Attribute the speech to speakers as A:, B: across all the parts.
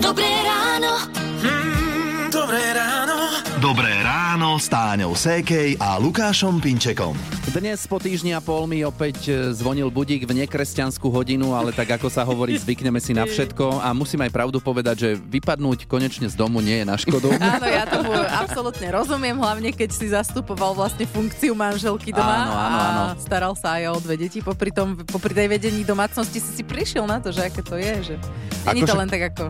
A: Dobré ráno.
B: Mm, dobré ráno.
C: Dobré ráno s Táňou Sékej a Lukášom Pinčekom.
D: Dnes po týždni a pol mi opäť e, zvonil budík v nekresťanskú hodinu, ale tak ako sa hovorí, zvykneme si na všetko a musím aj pravdu povedať, že vypadnúť konečne z domu nie je na škodu.
E: Áno, ja tomu absolútne rozumiem, hlavne keď si zastupoval vlastne funkciu manželky doma
D: Áno, áno, áno.
E: a staral sa aj o dve deti. Popri, tom, popri tej vedení domácnosti si si prišiel na to, že aké to je, že není to
D: Akože-
E: len tak ako...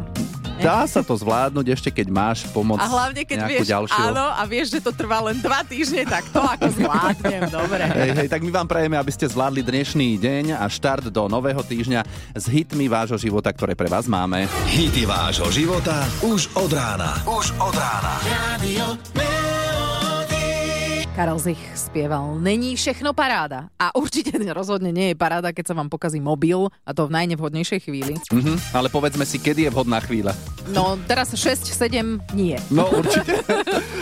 D: Dá sa to zvládnuť ešte, keď máš pomoc
E: A hlavne keď
D: nejakú
E: vieš,
D: ďalšiu.
E: áno, a vieš, že to trvá len dva týždne, tak to ako zvládnem, dobre.
D: Hej, hej, tak my vám prajeme, aby ste zvládli dnešný deň a štart do nového týždňa s hitmi vášho života, ktoré pre vás máme.
C: Hity vášho života už od rána. Už od rána.
B: Radio Melody.
E: Karel Zich spieval Není všechno paráda. A určite rozhodne nie je paráda, keď sa vám pokazí mobil a to v najnevhodnejšej chvíli.
D: Mhm, ale povedzme si, kedy je vhodná chvíľa.
E: No teraz 6-7 nie.
D: No určite.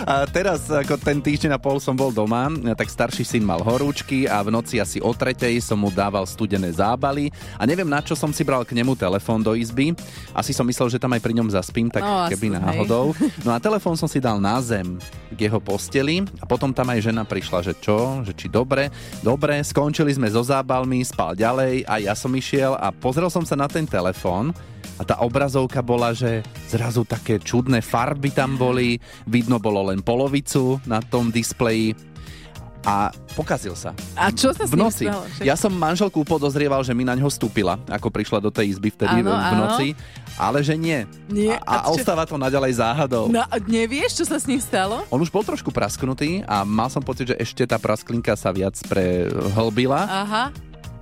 D: A teraz, ako ten týždeň a pol som bol doma, tak starší syn mal horúčky a v noci asi o tretej som mu dával studené zábaly a neviem na čo som si bral k nemu telefón do izby. Asi som myslel, že tam aj pri ňom zaspím, tak
E: No, asi,
D: keby
E: hej.
D: náhodou. No a telefón som si dal na zem k jeho posteli a potom tam aj žena prišla, že čo, že či dobre, dobre, skončili sme so zábalmi, spal ďalej a ja som išiel a pozrel som sa na ten telefón a tá obrazovka bola, že zrazu také čudné farby tam boli, vidno bolo len polovicu na tom displeji a pokazil sa.
E: A čo sa s
D: V
E: ním
D: noci.
E: stalo? Však-
D: Ja som manželku podozrieval, že mi na ňo stúpila, ako prišla do tej izby vtedy v
E: Áno, áno.
D: noci, ale že nie. A,
E: Nie,
D: a
E: a čo-
D: ostáva to naďalej záhadou.
E: No, a nevieš, čo sa s ním stalo?
D: On už bol trošku prasknutý a mal som pocit, že ešte tá prasklinka sa viac prehlbila.
E: Aha.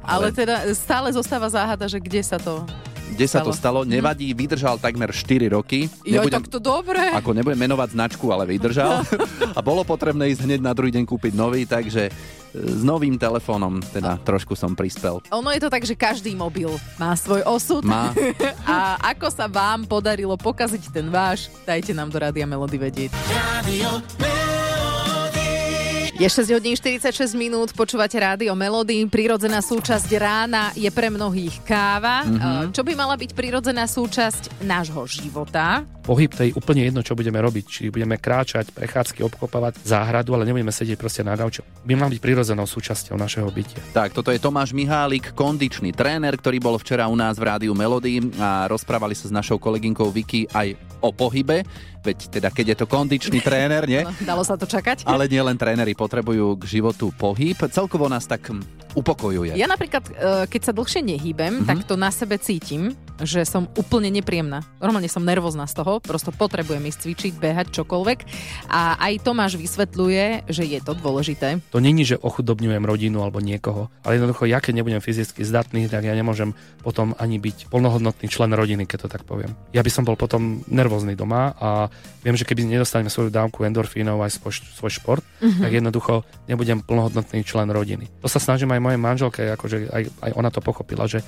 E: Ale, ale teda stále zostáva záhada, že kde sa to...
D: Kde sa to stalo? Nevadí, vydržal takmer 4 roky.
E: Mhm. Jo, tak to No. dobre.
D: Ako nebudem menovať značku, ale vydržal. a bolo potrebné ísť hneď na druhý deň kúpiť nový, takže e, s novým telefónom teda trošku som prispel.
E: Ono je to tak, že každý mobil má svoj osud.
D: Má.
E: A ako sa vám podarilo pokaziť ten váš, dajte nám do Rádia Melody vedieť.
B: Radio Melody.
E: Je 6 hodín 46 minút, počúvate rádio Melody. Prírodzená súčasť rána je pre mnohých káva. Mm-hmm. Čo by mala byť prírodzená súčasť nášho života?
F: pohyb, to je úplne jedno, čo budeme robiť. Či budeme kráčať, prechádzky, obkopávať záhradu, ale nebudeme sedieť proste na gauču. By mal byť prirodzenou súčasťou našeho bytia.
D: Tak, toto je Tomáš Mihálik, kondičný tréner, ktorý bol včera u nás v rádiu Melody a rozprávali sa s našou kolegynkou Vicky aj o pohybe, veď teda keď je to kondičný tréner, nie?
E: No, dalo sa to čakať?
D: Ale nie len tréneri potrebujú k životu pohyb, celkovo nás tak hm, upokojuje.
E: Ja napríklad, e, keď sa dlhšie nehýbem, tak to na sebe cítim, že som úplne nepríjemná. Normálne som nervózna z toho, prosto potrebujem ísť cvičiť, behať, čokoľvek. A aj Tomáš vysvetľuje, že je to dôležité.
F: To není, že ochudobňujem rodinu alebo niekoho, ale jednoducho ja keď nebudem fyzicky zdatný, tak ja nemôžem potom ani byť plnohodnotný člen rodiny, keď to tak poviem. Ja by som bol potom nervózny doma a viem, že keby nedostaneme svoju dávku endorfínov aj svoj, svoj šport, mm-hmm. tak jednoducho nebudem plnohodnotný člen rodiny. To sa snažím aj mojej manželke, akože aj, aj ona to pochopila, že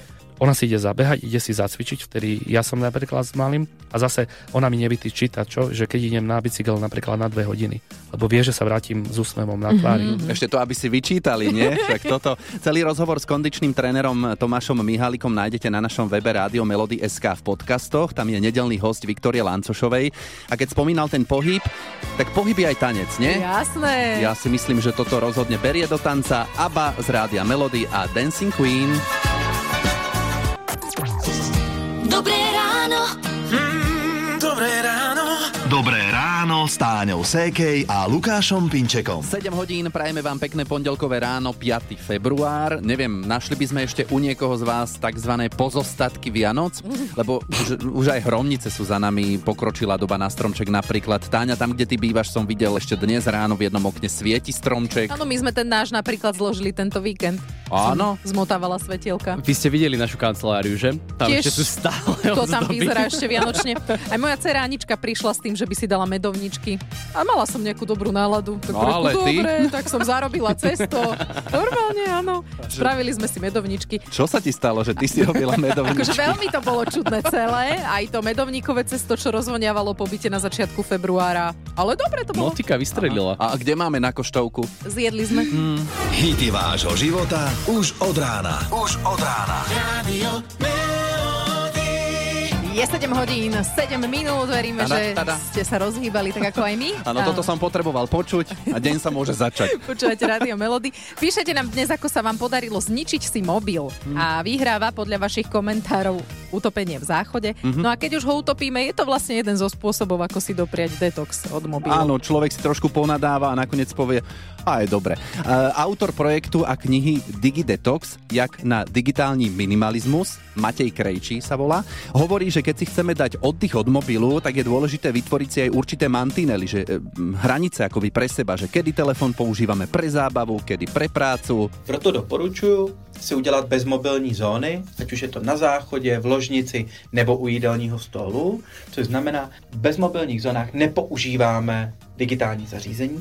F: ona si ide zabehať, ide si zacvičiť, vtedy ja som napríklad s malým a zase ona mi nevytý číta, čo, že keď idem na bicykel napríklad na dve hodiny, lebo vie, že sa vrátim s úsmevom na tvári. Mm-hmm.
D: Ešte to, aby si vyčítali, nie? Však toto. Celý rozhovor s kondičným trénerom Tomášom Mihalikom nájdete na našom webe Rádio Melody SK v podcastoch. Tam je nedelný host Viktorie Lancošovej. A keď spomínal ten pohyb, tak pohyb je aj tanec, nie?
E: Jasné.
D: Ja si myslím, že toto rozhodne berie do tanca ABBA z Rádia Melody a Dancing Queen.
A: Dobré ráno.
B: Mm, dobré ráno.
C: Dobré ráno s Táňou Sékej a Lukášom Pinčekom.
D: 7 hodín, prajeme vám pekné pondelkové ráno, 5. február. Neviem, našli by sme ešte u niekoho z vás tzv. pozostatky Vianoc, lebo už, už aj hromnice sú za nami, pokročila doba na stromček napríklad. Táňa, tam, kde ty bývaš, som videl ešte dnes ráno v jednom okne svieti stromček.
E: Áno, my sme ten náš napríklad zložili tento víkend.
D: Áno.
E: Som zmotávala svetielka.
G: Vy ste videli našu kanceláriu, že? Tam
E: Tiež
G: ešte sú stále
E: To tam
G: ozdoby.
E: vyzerá ešte vianočne. Aj moja dcera Anička prišla s tým, že by si dala medovničky. A mala som nejakú dobrú náladu. Tak
D: No,
E: reku,
D: ale ty?
E: Dobre, tak som zarobila cesto. Normálne, áno. Spravili sme si medovničky.
D: Čo sa ti stalo, že ty si robila
E: Akože
D: medovničky?
E: veľmi to bolo čudné celé. Aj to medovníkové cesto, čo rozvoniavalo po byte na začiatku februára. Ale dobre to bolo.
G: Motika vystrelila.
D: A kde máme na koštovku?
E: Zjedli sme.
D: Mm.
C: Hity vášho života už od rána. Už od rána.
B: Radio Melody.
E: Je 7 hodín, 7 minút, veríme,
D: Tada,
E: že
D: tada.
E: ste sa rozhýbali tak ako aj my.
D: Áno, toto som potreboval počuť a deň sa môže začať.
E: Počúvate rádio Melody. Píšete nám dnes, ako sa vám podarilo zničiť si mobil
D: Mhm.
E: a vyhráva podľa vašich komentárov utopenie v záchode.
D: Mhm.
E: No a keď už ho utopíme, je to vlastne jeden zo spôsobov, ako si dopriať detox od mobilu.
D: Áno, človek si trošku ponadáva a nakoniec povie, a je dobre. E, autor projektu a knihy DigiDetox, jak na digitálny minimalizmus, Matej Krejčí sa volá, hovorí, že keď si chceme dať oddych od mobilu, tak je dôležité vytvoriť si aj určité mantinely, že e, m, hranice akoby pre seba, že kedy telefon používame pre zábavu, kedy pre prácu,
H: Proto doporučuju si udělat bezmobilní zóny, ať už je to na záchodě, v ložnici nebo u jídelního stolu, což znamená, v bezmobilních zónách nepoužíváme digitální zařízení.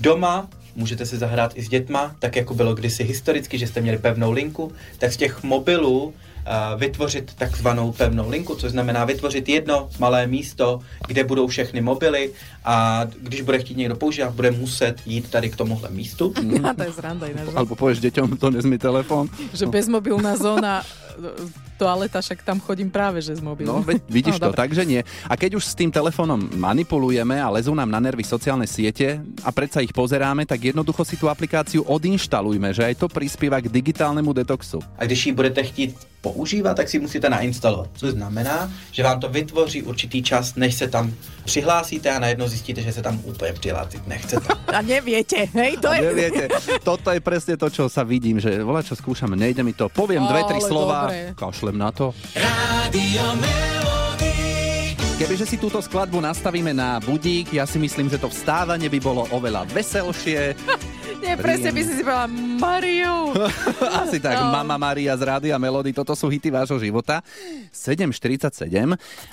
H: Doma můžete si zahrát i s dětma, tak jako bylo kdysi historicky, že jste měli pevnou linku, tak z těch mobilů eh, vytvořit takzvanou pevnou linku, což znamená vytvořit jedno malé místo, kde budou všechny mobily a když bude chtít někdo používat, bude muset jít tady k tomuhle místu.
E: A to je sranda ináč, že?
D: alebo povieš deťom, to nezmi telefón.
E: že bezmobilná zóna, e, toaleta, však tam chodím práve, že s
D: No,
E: mobilom.
D: veď vidíš
E: No,
D: no, to, takže nie. A keď už s tým telefónom manipulujeme a lezú nám na nervy sociálne siete a predsa ich pozeráme, tak jednoducho si tú aplikáciu odinštalujme, že aj to prispieva k digitálnemu detoxu.
H: A když ji budete chtít používat, tak si ji musíte nainstalovat. Což znamená, že vám to vytvoří určitý čas, než se tam přihlásíte a najednou zjistíte, že se tam úplně přihlásit nechcete.
E: A neviete, hej, to je...
D: Viete, toto je presne to, čo sa vidím, že voľa čo skúšam, nejde mi to, poviem dve, tri
E: Ale
D: slova,
E: dobre.
D: kašlem na to.
B: Radio Melody.
D: Kebyže si túto skladbu nastavíme na budík, ja si myslím, že to vstávanie by bolo oveľa veselšie.
E: Nie, presne by si si povedala, Mariu,
D: Asi tak,
E: No.
D: Mama Maria z Rády a Melody, toto sú hity vášho života. 7.47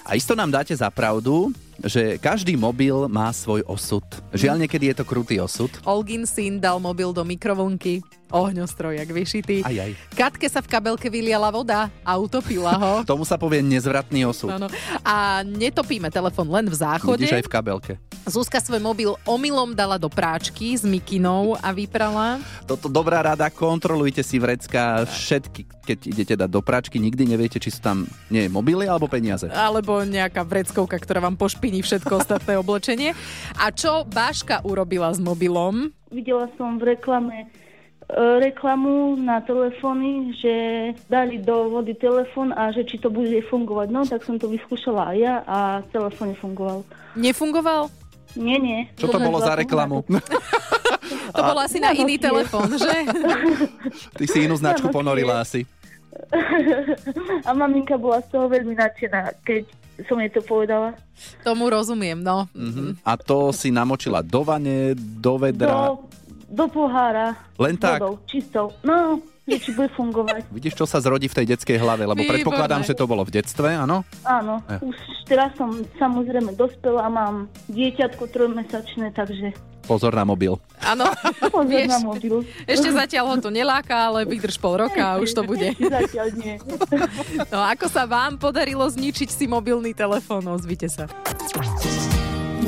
D: a isto nám dáte za pravdu, že každý mobil má svoj osud. Žiaľ, niekedy je to krutý osud.
E: Olgin syn dal mobil do mikrovlnky, ohňostroj jak vyšitý.
D: Aj, aj.
E: Katke sa v kabelke vyliala voda a utopila ho.
D: Tomu sa povie nezvratný osud.
E: Áno. A netopíme telefon len v záchode.
D: Vidíš aj v kabelke.
E: Zuzka svoj mobil omylom dala do práčky s mikinou a vyprala.
D: Toto dobrá rada, kontrolujte si vrecka všetky, keď idete dať do pračky, nikdy neviete, či sú tam nie mobily alebo peniaze.
E: Alebo nejaká vreckovka, ktorá vám pošpiní všetko ostatné oblečenie. A čo Báška urobila s mobilom?
I: Videla som v reklame e, reklamu na telefóny, že dali do vody telefón a že či to bude fungovať. No tak som to vyskúšala aj ja a telefón nefungoval.
E: Nefungoval?
I: Nie, nie.
D: Čo to
I: Bože,
D: bolo za
I: zlatý
D: reklamu?
E: To bolo asi na iný telefón, že?
D: Ty si inú značku ponorila asi.
I: A maminka bola z toho veľmi nadšená, keď som jej to povedala.
E: Tomu rozumiem, no.
D: Mhm. A to si namočila do vane, do vedra.
I: Do, do pohára.
D: Len
I: s
D: tak?
I: Vodou, čistou. No, že či bude fungovať.
D: Vidíš, čo sa zrodí v tej detskej hlave, lebo
E: Výborné.
D: predpokladám, že to bolo v detstve, áno?
I: Áno,
D: Ja.
I: už teraz som samozrejme dospela a mám dieťatko trojmesačné, takže
D: Pozor na mobil.
E: Áno,
I: pozor
E: Vieš,
I: na mobil.
E: ešte zatiaľ ho to neláka, ale vydrž pol roka a
I: а
E: už to bude.
I: Zatiaľ nie.
E: No ako sa vám podarilo zničiť si mobilný telefón? Ozvite sa.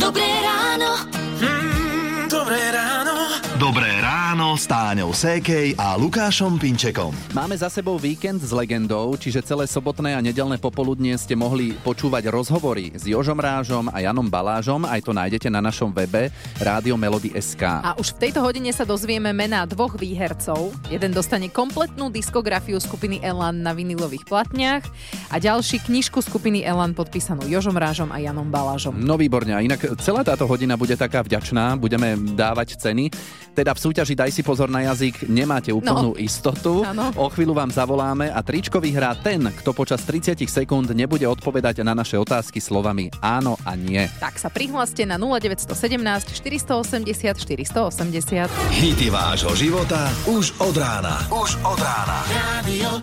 A: Dobré ráno.
B: Mm, Dobré ráno.
C: Dobré ráno s Táňou Sékej a Lukášom Pinčekom.
D: Máme za sebou víkend s legendou, čiže celé sobotné a nedelné popoludnie ste mohli počúvať rozhovory s Jožom Rážom a Janom Balážom. Aj to nájdete na našom webe Rádio Melody SK.
E: A už v tejto hodine sa dozvieme mená dvoch výhercov. Jeden dostane kompletnú diskografiu skupiny Elan na vinilových platniach a ďalší knižku skupiny Elan podpísanú Jožom Rážom a Janom Balážom.
D: No výborne, a inak celá táto hodina bude taká vďačná, budeme dávať ceny. Teda v súťaži Daj si pozor na jazyk nemáte úplnú
E: No.
D: istotu.
E: Áno.
D: O chvíľu vám zavoláme a tričko vyhrá ten, kto počas 30 sekúnd nebude odpovedať na naše otázky slovami áno a nie.
E: Tak sa prihláste na 0917 480 480.
C: Hity vášho života už od rána. Už od rána.
B: Radio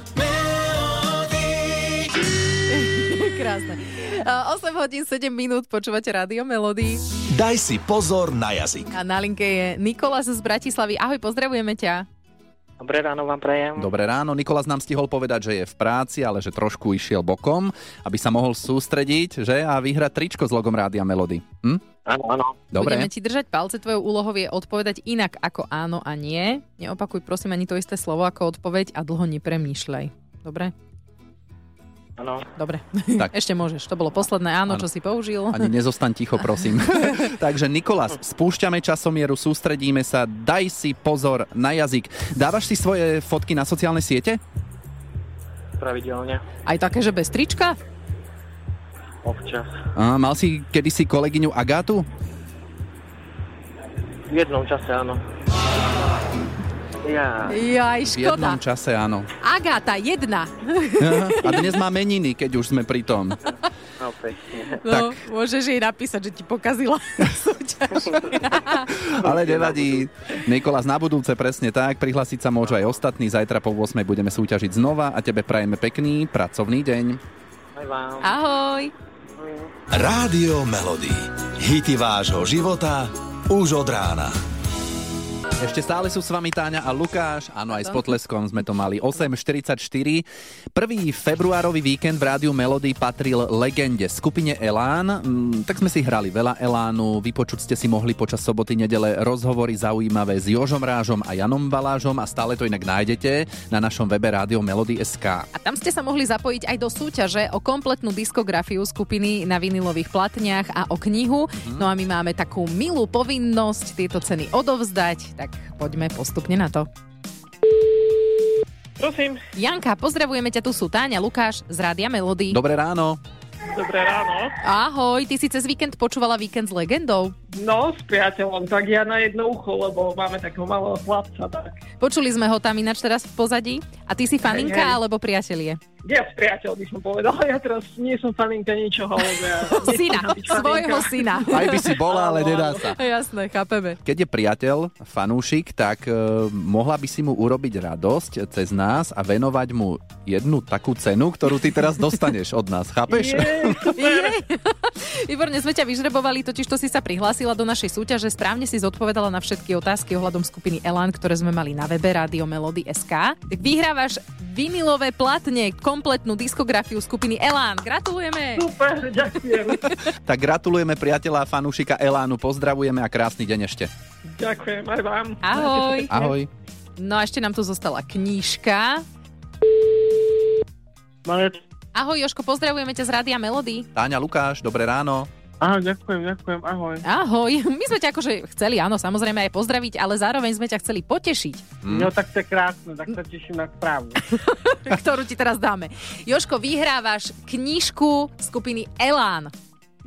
B: Melody.
E: Krásne. E, 8 hodín 7 minút počúvate rádio Melody
C: Daj si pozor na jazyk.
E: a na linke je Nikolás z Bratislavy. Ahoj, pozdravujeme ťa.
J: Dobré ráno vám prajem.
D: Dobré ráno, Nikolás nám stihol povedať, že je v práci, ale že trošku išiel bokom, aby sa mohol sústrediť, že a vyhrať tričko s logom Rádia Melody. Hm?
J: Áno, áno.
D: Dobre.
E: Budeme ti držať palce, tvojou úlohou je odpovedať inak ako áno a nie. Neopakuj prosím ani to isté slovo ako odpoveď a dlho nepremýšľaj. Dobre?
J: Áno.
E: Dobre,
D: Tak.
E: tak. ešte môžeš. To bolo posledné áno,
D: Áno.
E: čo si použil.
D: Ani nezostaň ticho, prosím. Takže Nikolás, spúšťame časomieru, sústredíme sa, daj si pozor na jazyk. Dávaš si svoje fotky na sociálne siete?
J: Pravidelne.
E: Aj také, že bez trička?
J: Občas.
D: A, mal si kedysi kolegyňu Agátu?
J: V jednom čase áno. Ja.
E: Jaj,
D: V jednom
E: škoda.
D: čase, áno.
E: Agáta, jedna.
D: A dnes má meniny, keď už sme pri tom.
J: No, pekne.
E: No, môžeš jej napísať, že ti pokazila súťaž.
D: Ale nevadí. Nikolás, na budúce presne tak. Prihlásiť sa môžu aj ostatní. Zajtra po 8 budeme súťažiť znova a tebe prajeme pekný pracovný deň.
J: Aj vám.
E: Ahoj.
C: Rádio Melody. Hity vášho života už od rána.
D: Ešte stále sú s vami Táňa a Lukáš. Áno, aj s potleskom sme to mali. 8.44. Prvý februárový víkend v rádiu Melody patril legende skupine Elán. Mm, tak sme si hrali veľa Elánu. Vypočuť ste si mohli počas soboty, nedele rozhovory zaujímavé s Jožom Rážom a Janom Balážom a stále to inak nájdete na našom webe rádio Melody SK.
E: A tam ste sa mohli zapojiť aj do súťaže o kompletnú diskografiu skupiny na vinilových platniach a o knihu. No a my máme takú milú povinnosť tieto ceny odovzdať, tak poďme postupne na to.
J: Prosím,
E: Janka, pozdravujeme ťa, tu sú Táňa, Lukáš z Rádia Melody.
D: Dobré ráno.
J: dobré ráno.
E: Ahoj, ty si cez víkend počúvala Víkend s legendou.
J: No, s priateľom, tak ja na jedno ucho, lebo máme takého malého chlapca, tak
E: Počuli sme ho tam ináč teraz v pozadí. A ty si faninka
J: hej.
E: alebo priatelie?
J: ja s priateľ by som povedala, ja teraz nie som faninka ničoho, lebo ja
E: Syna,
J: nechcem byť faninka.
E: svojho syna.
D: Aj by si bola, ale nedá sa.
E: Jasné, chápeme.
D: keď je priateľ, fanúšik, tak e, mohla by si mu urobiť radosť cez nás a venovať mu jednu takú cenu, ktorú ty teraz dostaneš od nás, chápeš?
E: Jej. Výborne sme ťa vyžrebovali, totiž to si sa prihlásila do našej súťaže, správne si zodpovedala na všetky otázky ohľadom skupiny Elan, ktoré sme mali na webe Radio Melody SK. Tak vyhrávaš vinilové platne, kompletnú diskografiu skupiny Elan. Gratulujeme!
J: Super, ďakujem.
D: Tak gratulujeme priateľa a fanúšika Elánu, pozdravujeme a krásny deň ešte.
J: Ďakujem aj vám.
E: Ahoj.
D: Ahoj.
E: No a ešte nám tu zostala knížka. Ahoj Joško, pozdravujeme ťa z Rádia Melody.
D: Táňa Lukáš, dobré ráno.
J: Áno, ďakujem, ďakujem, ahoj.
E: Ahoj, my sme ťa akože chceli, áno, samozrejme aj pozdraviť, ale zároveň sme ťa chceli potešiť,
J: No tak to je krásne, tak sa teším na správu.
E: ktorú ti teraz dáme. Joško, vyhrávaš knížku skupiny Elán.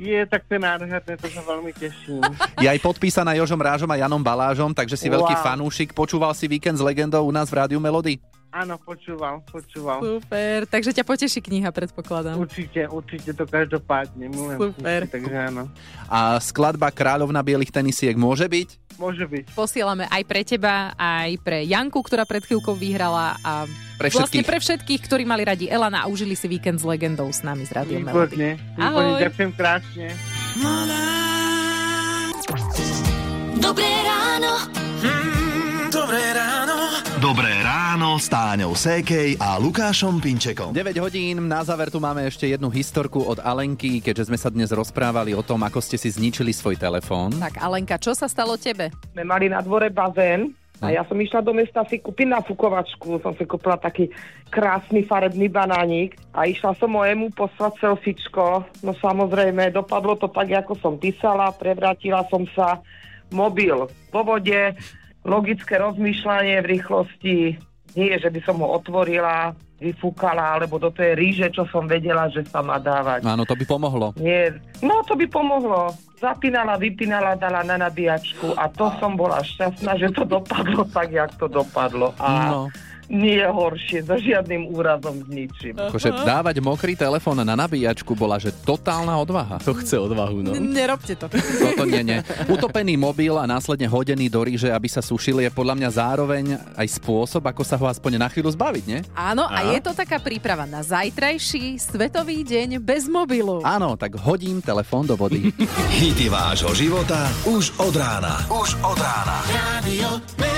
J: Je, tak to je nádherné, to sa veľmi teším.
D: Je aj podpísaná Jožom Rážom a Janom Balážom, takže si veľký
J: Wow.
D: fanúšik. Počúval si víkend s legendou u nás v Rádiu Melody?
J: Áno, počúval, počúval.
E: Super, takže ťa poteší kniha, predpokladám.
J: Určite, určite to každopádne. Milujem
E: Super.
J: knižky, takže áno.
D: A skladba Kráľovna bielých tenisiek môže byť?
J: Môže byť.
E: Posielame aj pre teba, aj pre Janku, ktorá pred chvíľkou vyhrala a
D: Pre všetkých.
E: vlastne pre všetkých, ktorí mali radi Elana a užili si víkend s legendou s nami z Rádia Melody.
J: Výborne.
E: Ahoj.
J: Výborne, ďakujem krásne.
A: Dobré ráno.
B: Dobré ráno.
C: Dobré ráno s Táňou Sékej a Lukášom Pinčekom.
D: 9 hodín, na záver tu máme ešte jednu historku od Alenky, keďže sme sa dnes rozprávali o tom, ako ste si zničili svoj telefón.
E: Tak Alenka, čo sa stalo tebe?
J: sme mali na dvore bazén a ja som išla do mesta si kúpiť nafukovačku. Som si kúpila taký krásny farebný banánik a išla som mojemu poslať selfiečko. No samozrejme, dopadlo to tak, ako som písala, prevrátila som sa. Mobil vo vode, logické rozmýšľanie v rýchlosti. Nie, že by som ho otvorila, vyfúkala, alebo do tej ríže, čo som vedela, že sa má dávať.
D: No Áno, to by pomohlo.
J: Nie, no to by pomohlo. Zapínala, vypínala, dala na nabíjačku a to som bola šťastná, že to dopadlo tak, jak to dopadlo. A no.
D: No,
J: nie je horšie, so žiadnym úrazom, s ničím.
D: akože dávať mokrý telefón na nabíjačku bola, že totálna odvaha.
G: To chce odvahu, no.
E: N- nerobte to.
D: Toto nie, nie. Utopený mobil a následne hodený do ríže, aby sa sušili, je podľa mňa zároveň aj spôsob, ako sa ho aspoň na chvíľu zbaviť, nie?
E: Áno, a
G: Aha.
E: je to taká príprava na zajtrajší Svetový deň bez mobilu.
D: Áno, tak hodím telefón do vody.
C: Hity vášho života už od rána. Už od rána.
B: Radio Melody.